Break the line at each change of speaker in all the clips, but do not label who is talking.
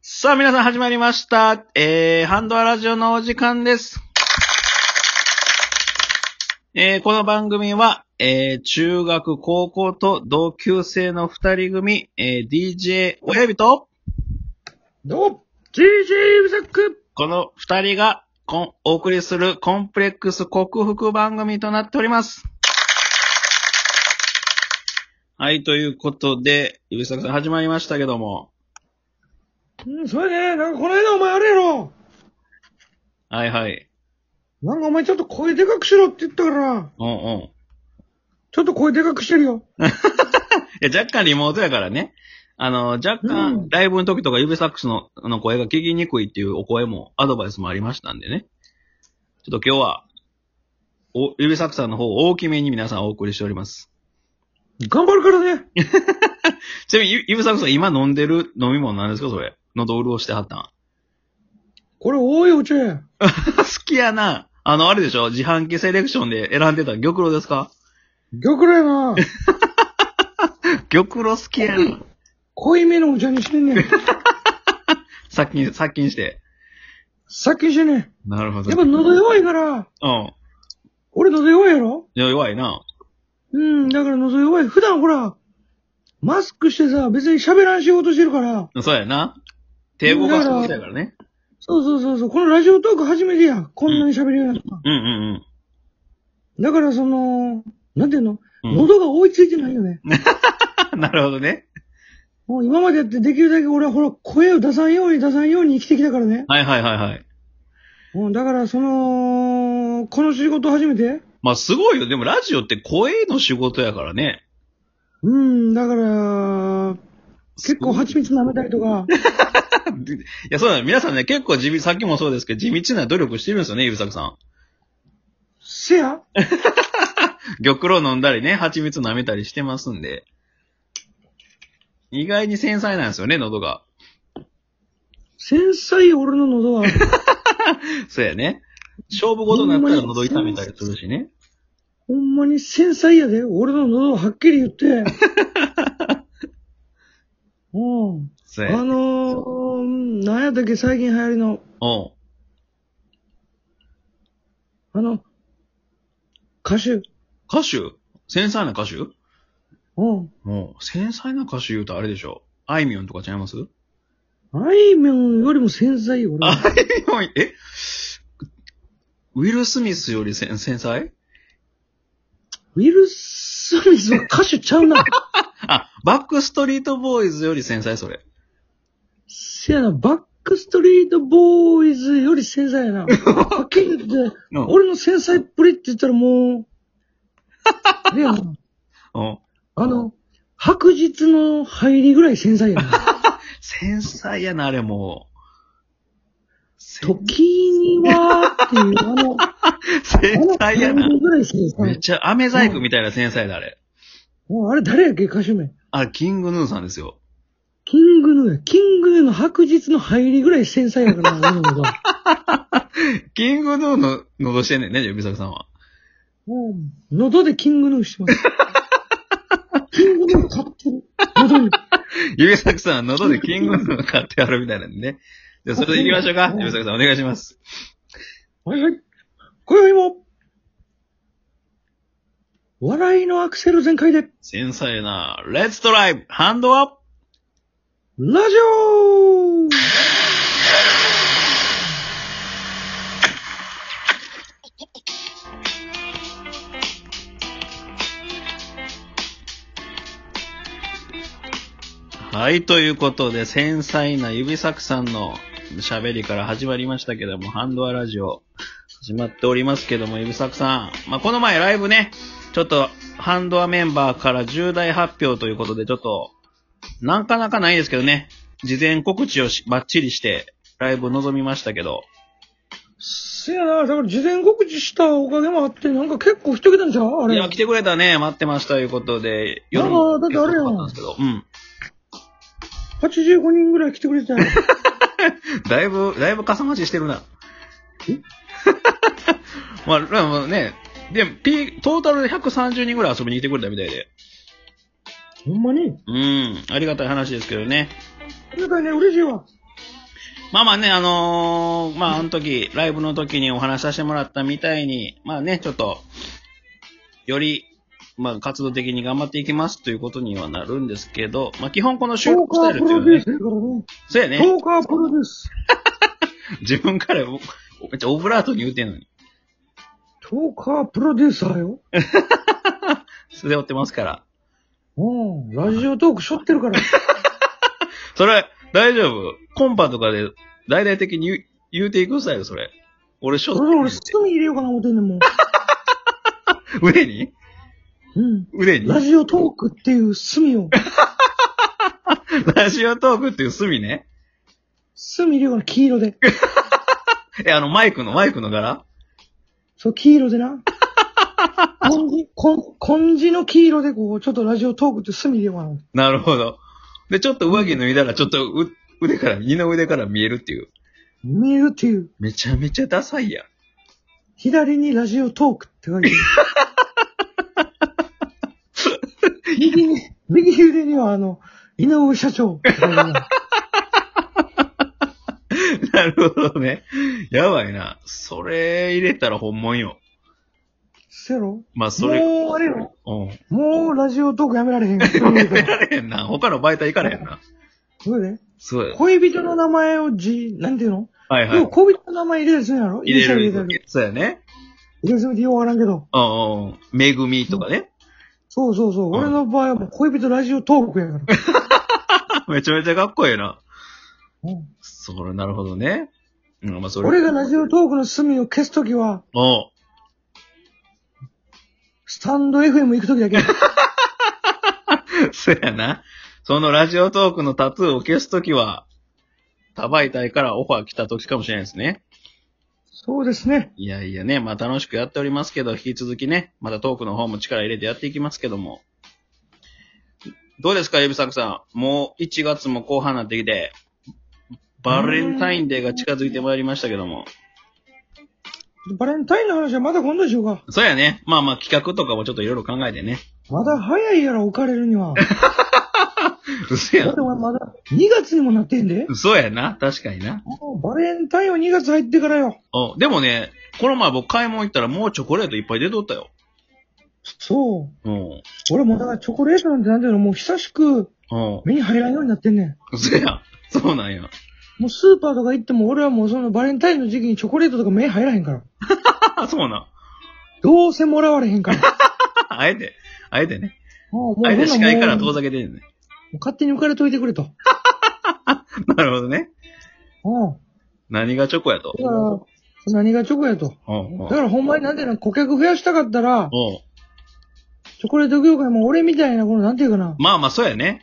さあ、皆さん始まりました。えー、ハンドアラジオのお時間です。えー、この番組は、えー、中学、高校と同級生の二人組、えー、DJ 親指と、
どうも !GG ブザック
この二人がこんお送りするコンプレックス克服番組となっております。はい、ということで、指作さん始まりましたけども。
うん、それね、なんかこの間お前あれやろ
はいはい。
なんかお前ちょっと声でかくしろって言ったから、
うんうん。
ちょっと声でかくしてるよ。
いや、若干リモートやからね。あの、若
う
干
ん、
ライブの時とか指サックスのあの声が聞きにくいっていうお声も、アドバイスもありましたんでね。ちょっと今日は、お、指サックさんの方を大きめに皆さんお送りしております。
頑張るからね。
ちなみに、ゆ指サックさん今飲んでる飲み物なんですかそれ。喉潤してはったん。
これ多いお茶や。
好きやな。あの、あれでしょ自販機セレクションで選んでた玉露ですか
玉露やな。
玉露好きやな。
濃いめのお茶にしてんねん。
殺菌、殺菌して。
殺菌してんねん。
なるほど。
やっぱ喉弱いから、
うん。
俺喉弱いやろ
いや弱いな。
うん、だから喉弱い。普段ほら、マスクしてさ、別に喋らん仕事してるから、
そうやな。手動かしてましたからね。
そうそうそうそう、このラジオトーク初めてや。こんなに喋るようになった。
うんうん
だからその、なんていうの、
うん
喉が追いついてないよね。
うん。 なるほどね。
もう今までやってできるだけ俺はほら、声を出さんように出さんように生きてきたからね。
はいはいはいはい。
うん、だからその、この仕事初めて
まあすごいよ。でもラジオって声の仕事やからね。
うん、だから、結構
は、い
蜂蜜舐めたりとか、
やそうだ、皆さんね、結構地味、さっきもそうですけど、地道な努力してるんですよね、ゆうさくさん。
せや
玉露飲んだりね、蜂蜜舐めたりしてますんで。意外に繊細なんですよね、喉が。
繊細俺の喉は。
そうやね。勝負事になったら喉痛めたりするしね。
ほんまに繊細やで。俺の喉をはっきり言って。うん。
そう
あ
や。
のー、なんやったっけ最近流行りの、
おう
あの、歌手。
歌手繊細な歌手
うん。
もう、繊細な歌手言うとあれでしょ。あいみょんとかちゃいます
あいみょんよりも繊細よ、俺は。
あいみょん、えウィル・スミスより繊繊細
ウィル・スミスは歌手ちゃうな。
あ、バックストリートボーイズより繊細それ。
せやな、バックストリートボーイズより繊細やな。はっきり言って、
うん
俺の繊細っぷりって言ったらもう、あれやな、
うん。
あの、白日の入りぐらい繊細やな。
繊細やな、あれもう。繊
時にはっていう、あの、
繊
あ
細や
の
な
感。じぐらい繊
めっ
細。
ちゃ、飴細工みたいな繊細だ、あれ。
もうあれ誰やっけ、歌手名。
あ、キングヌーさんですよ。
キングヌーや。キングヌーの白日の入りぐらい繊細やからな、俺のことは
キングヌーの喉してんねんね、指作さんは。
もう、喉でキングヌーしてます。キングヌー買ってる。喉に。
指作さんは喉でキングヌー買ってやるみたいなんでね。じゃあ、それで行きましょうか。指作さん、お願いします。
はいはい。今宵も、笑いのアクセル全開で、ラジ
繊細な、レッツトライブハンドアップ
オ
はい、ということで、繊細な指作さんの喋りから始まりましたけども、ハンドアラジオ始まっておりますけども、指作さん。まあ、この前ライブね、ちょっとハンドアメンバーから重大発表ということで、ちょっと、なかなかないですけどね、事前告知をしバッチリして、ライブ臨みましたけど、
せやな、だから事前告知したおかげもあって、なんか結構人来たんちゃうあ
い
れ。
や、来てくれたね、待ってましたということで、
あーだってあれやん
ったんですけど、うん。
85人ぐらい来てくれてたよ。
だいぶ、だいぶかさ増ししてるな。
え
まあ、でもね、で、ピー、トータルで130人ぐらい遊びに来てくれたみたいで。
ほんまに。
うん、ありがたい話ですけどね。
ありがたいね、嬉しいわ。
まあまあね、あのーまああの時、ライブの時にお話しさせてもらったみたいに、まあね、ちょっと、より、まあ活動的に頑張っていきますということにはなるんですけど、まあ基本この収
トー
録ス
カ
タイ
ー
ルっ
プ
ていう
ロ
のは
デュー
ね
ス、
そ
だからね。
うやね、
トーカープロデュース。
自分からおめっちゃオブラートに言うてんのに、
トーカープロデューサーよ。
素で追ってますから。
うん。ラジオトークしょってるから。
それ、大丈夫コンパとかで大々的に言う言うていくスタイル、それ。俺、ショ
それで俺すぐに入れようかな思ってんねんもん。
腕に
うん。
腕に
ラジオトークっていう隅を、
ラジオトークっていう隅ね。
隅入れようかな、黄色で。
え、あの、マイクの、マイクの柄
そう、黄色でな。根字、こん根字の黄色でこう、ちょっとラジオトークって隅入れようかな。
なるほど。で、ちょっと上着脱いだら、ちょっとう腕から、二の腕から見えるっていう。
見えるっていう。
めちゃめちゃダサいやん。
左にラジオトークって書いてる。右に、右腕にはあの、井上社長って書いてある。
なるほどね。やばいな。それ入れたら本物よ。
せやろ
まあ、それ、
もうあれよ。
うん。
もうラジオトークやめられへん。
やめられへんな。他の媒体行かれへんな。
そうやで。
そうや。
恋人の名前をじ、なんていうの
はいは
でも
い。
恋人の名前入れたりするんやろ
入れる
入れたり。入れたり。
そうやね。
入れすぎてようわからんけど。
うんうんうん。めぐみとかね。
そうそうそ
ん
う。俺の場合はもう恋人ラジオトークやから。
めちゃめちゃかっこええな。
うん
それ、なるほどね。うん、まあ、それ。
俺がラジオトークの隅を消すときは、
おう
スタンド FM 行くときだけ。
そやな。そのラジオトークのタトゥーを消すときは、他媒体からオファー来たときかもしれないですね。
そうですね。
いやいやね、まあ楽しくやっておりますけど、引き続きね、またトークの方も力入れてやっていきますけども。どうですか、指作さん。もう1月も後半になってきて、バレンタインデーが近づいてまいりましたけども。
バレンタインの話はまだ今度にしようか。
そうやね。まあまあ企画とかもちょっといろいろ考えてね。
まだ早いやろ、浮かれるには。
嘘や
だっ
ん
て。お前まだ2月にもなってんで。
嘘やな。確かにな。
もうバレンタインは2月入ってからよ。
おでもね、この前僕買い物行ったらもうチョコレートいっぱい出とったよ。
そ
うん。
う。俺もだからチョコレートなんてなんていうの、もう久しく
うん。
目に入らんようになってんねん。
嘘やん。そうなんや。
もうスーパーとか行っても俺はもうそのバレンタインの時期にチョコレートとか目入らへんから。
あ、そうなん。
どうせもらわれへんから。
あえて、あえてね。
もう
あえて視界から
も
遠
う
ざけてるね。
勝手に浮かれといてくれと。
なるほどね。
うん。
何がチョコやと。
だから、何がチョコやと。
うん。うん
だ。からほんまになんていうの、顧客増やしたかったら、
お
チョコレート業界も俺みたいな、このなんていうかな、
まあまあ、そうやね。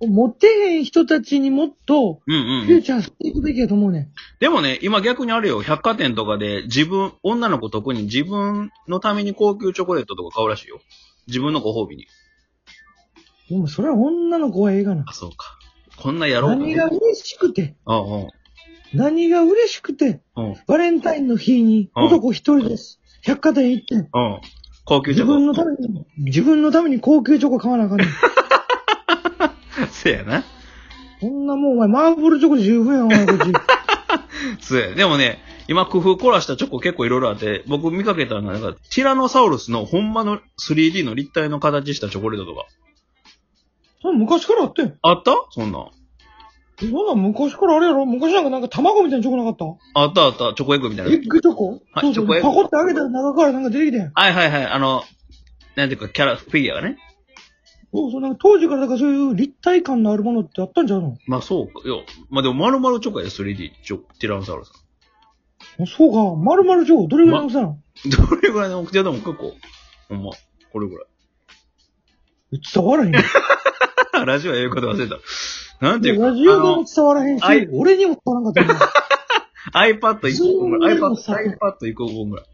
持ってへん人たちにもっと、
うん
フ
う
ュー
ん。
チャーしていくべきやと思うねん。
でもね、今逆にあるよ。百貨店とかで自分、女の子特に自分のために高級チョコレートとか買うらしいよ。自分のご褒美に。
でもそれは女の子はええがな。
あ、そうか。こんなやろうか
何が嬉しくて、
うん
何が嬉しくて、
うん。うん。
バレンタインの日に
うん
男一人です。百貨店行って、
うん。高級チ
自
ョコ。
分のために、自分のために高級チョコ買わなあかんねん。
せやな。
こんなもうお前、マーブルチョコ十分や、お前こっち。
そうや。でもね、今工夫凝らしたチョコ結構いろいろあって、僕見かけたのが、なんか、ティラノサウルスのほんまの 3D の立体の形したチョコレートとか。
それ昔からあってん。
あったそんなん。
そんなん昔からあれやろ昔なんかなんか卵みたいなチョコなかった
あったあった、チョコエッグみたい
エ
な。
ッグチョコ
はい
そうそ
チョ
う。
コエッ
パ
グ
コってあげたら中からなんか出てきてん。
はいはいはい、あの、なんていうか、キャラ、フィギュアがね。
そうそう。なんか当時からだからそういう立体感のあるものってあったんちゃうの
まあそうか。よ。まあでも、丸々チョコやで、3D、チョコ、ティラノサウルス。
あそうか。丸々チョコ。どれぐらいの大きさなの
どれぐらいの大きさでも結構、ほんま、これぐら
伝わら へん。
い。 ラジオは言うこと忘れた。なんていうか、
ラジオでも伝わらへんし
あのあい、
俺にも伝わらんかったよ。
あの、iPad1 個分ぐらい。iPad、
そういうのさ
iPad1 個分ぐらい。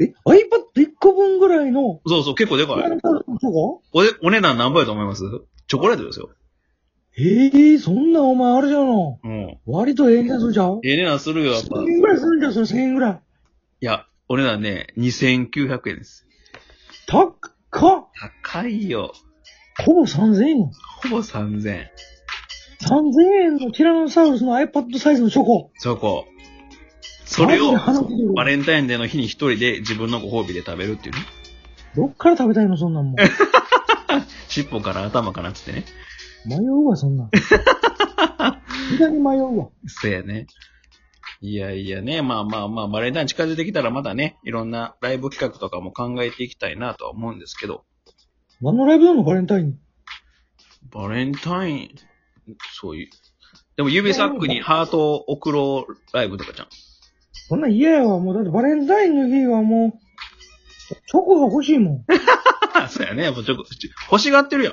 え ?iPad1 個分ぐらいの、
そうそう、結構でかい。
丸々チョコ
おで、お値段何倍だと思いますチョコレートですよ。
ええそんなお前あれじゃんの。
うん。
割とええ値段するじゃん
ええ値段するよ、やっぱ。
?1000
い
円ぐらいするんじゃん、それ1000円ぐらい。
や、お値段ね、2900円です。
たっか
高いよ。
ほぼ3000円やん。
ほぼ3000。
3000円のティラノサウルスの iPad サイズのチョコ。
そこ。それを、
マジで鼻くじる
バレンタインデーの日に一人で自分のご褒美で食べるっていうね。
どっから食べたいの、そんなんもん。
尻尾から頭からっつってね。
迷うわ、そんなん。無駄に迷うわ。
そうやね。いやいやね、まあまあまあ、バレンタイン近づいてきたらまだね、いろんなライブ企画とかも考えていきたいなとは思うんですけど、
何のライブなの、バレンタイン。
バレンタイン、そういう。でも指サックにハートを送ろうライブとかじゃん。
そんなん嫌やわ。もう、だってバレンタインの日はもう、チョコが欲しいもん。
あ そうやね。もうちょっと、欲しがってるやん。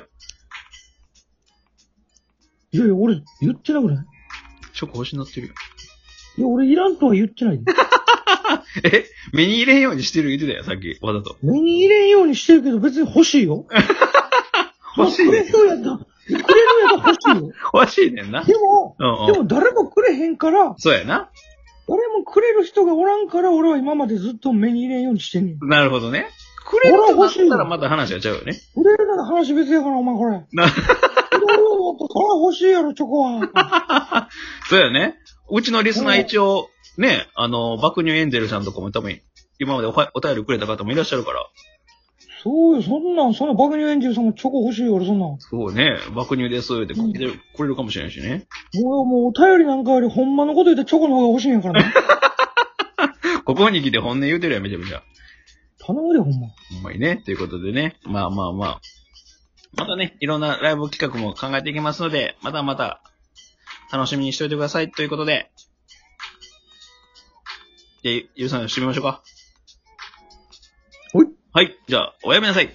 いやいや、俺、言ってなくない
チョコ欲しなってるやん。
いや、俺いらんとは言ってない。
え目に入れんようにしてる言ってたよ、さっき。わざと。
目に入れんようにしてるけど、別に欲しいよ。
欲しい
くれ
ね。
そうやった。くれるやったら欲しいよ。
欲しいねんな。
でも、
うんう
で
ん。
も誰もくれへんから、
そうやな。
誰もくれる人がおらんから、俺は今までずっと目に入れんようにしてんね ん。
なるほどね。くれるとなったらまた話がちゃうよね。
くれるなら話別やから、お前これ。
な
それは欲しいやろ、チョコは。
そうやね。うちのリスナー一応、ね、あの、爆乳エンゼルさんとかも多分、今までおはお便りくれた方もいらっしゃるから。
そうよ、そんなん、そんな爆乳エンジェルさんもチョコ欲しいよ、俺そんなん。
そうね。爆乳ですってくれるくれるかもしれないしね。
俺はもうお便りなんかよりほんまのこと言ったらチョコの方が欲しいんやからね。
ここに来て本音言うてるやんめちゃめちゃ。
頼むで、ほんま。
ほんまにね。ということでね。まあまあまあ。またね、いろんなライブ企画も考えていきますので、またまた楽しみにしておいてください。ということで。で、ゆうさん、締めましょうか。
はい。
はい。じゃあ、おやめなさい。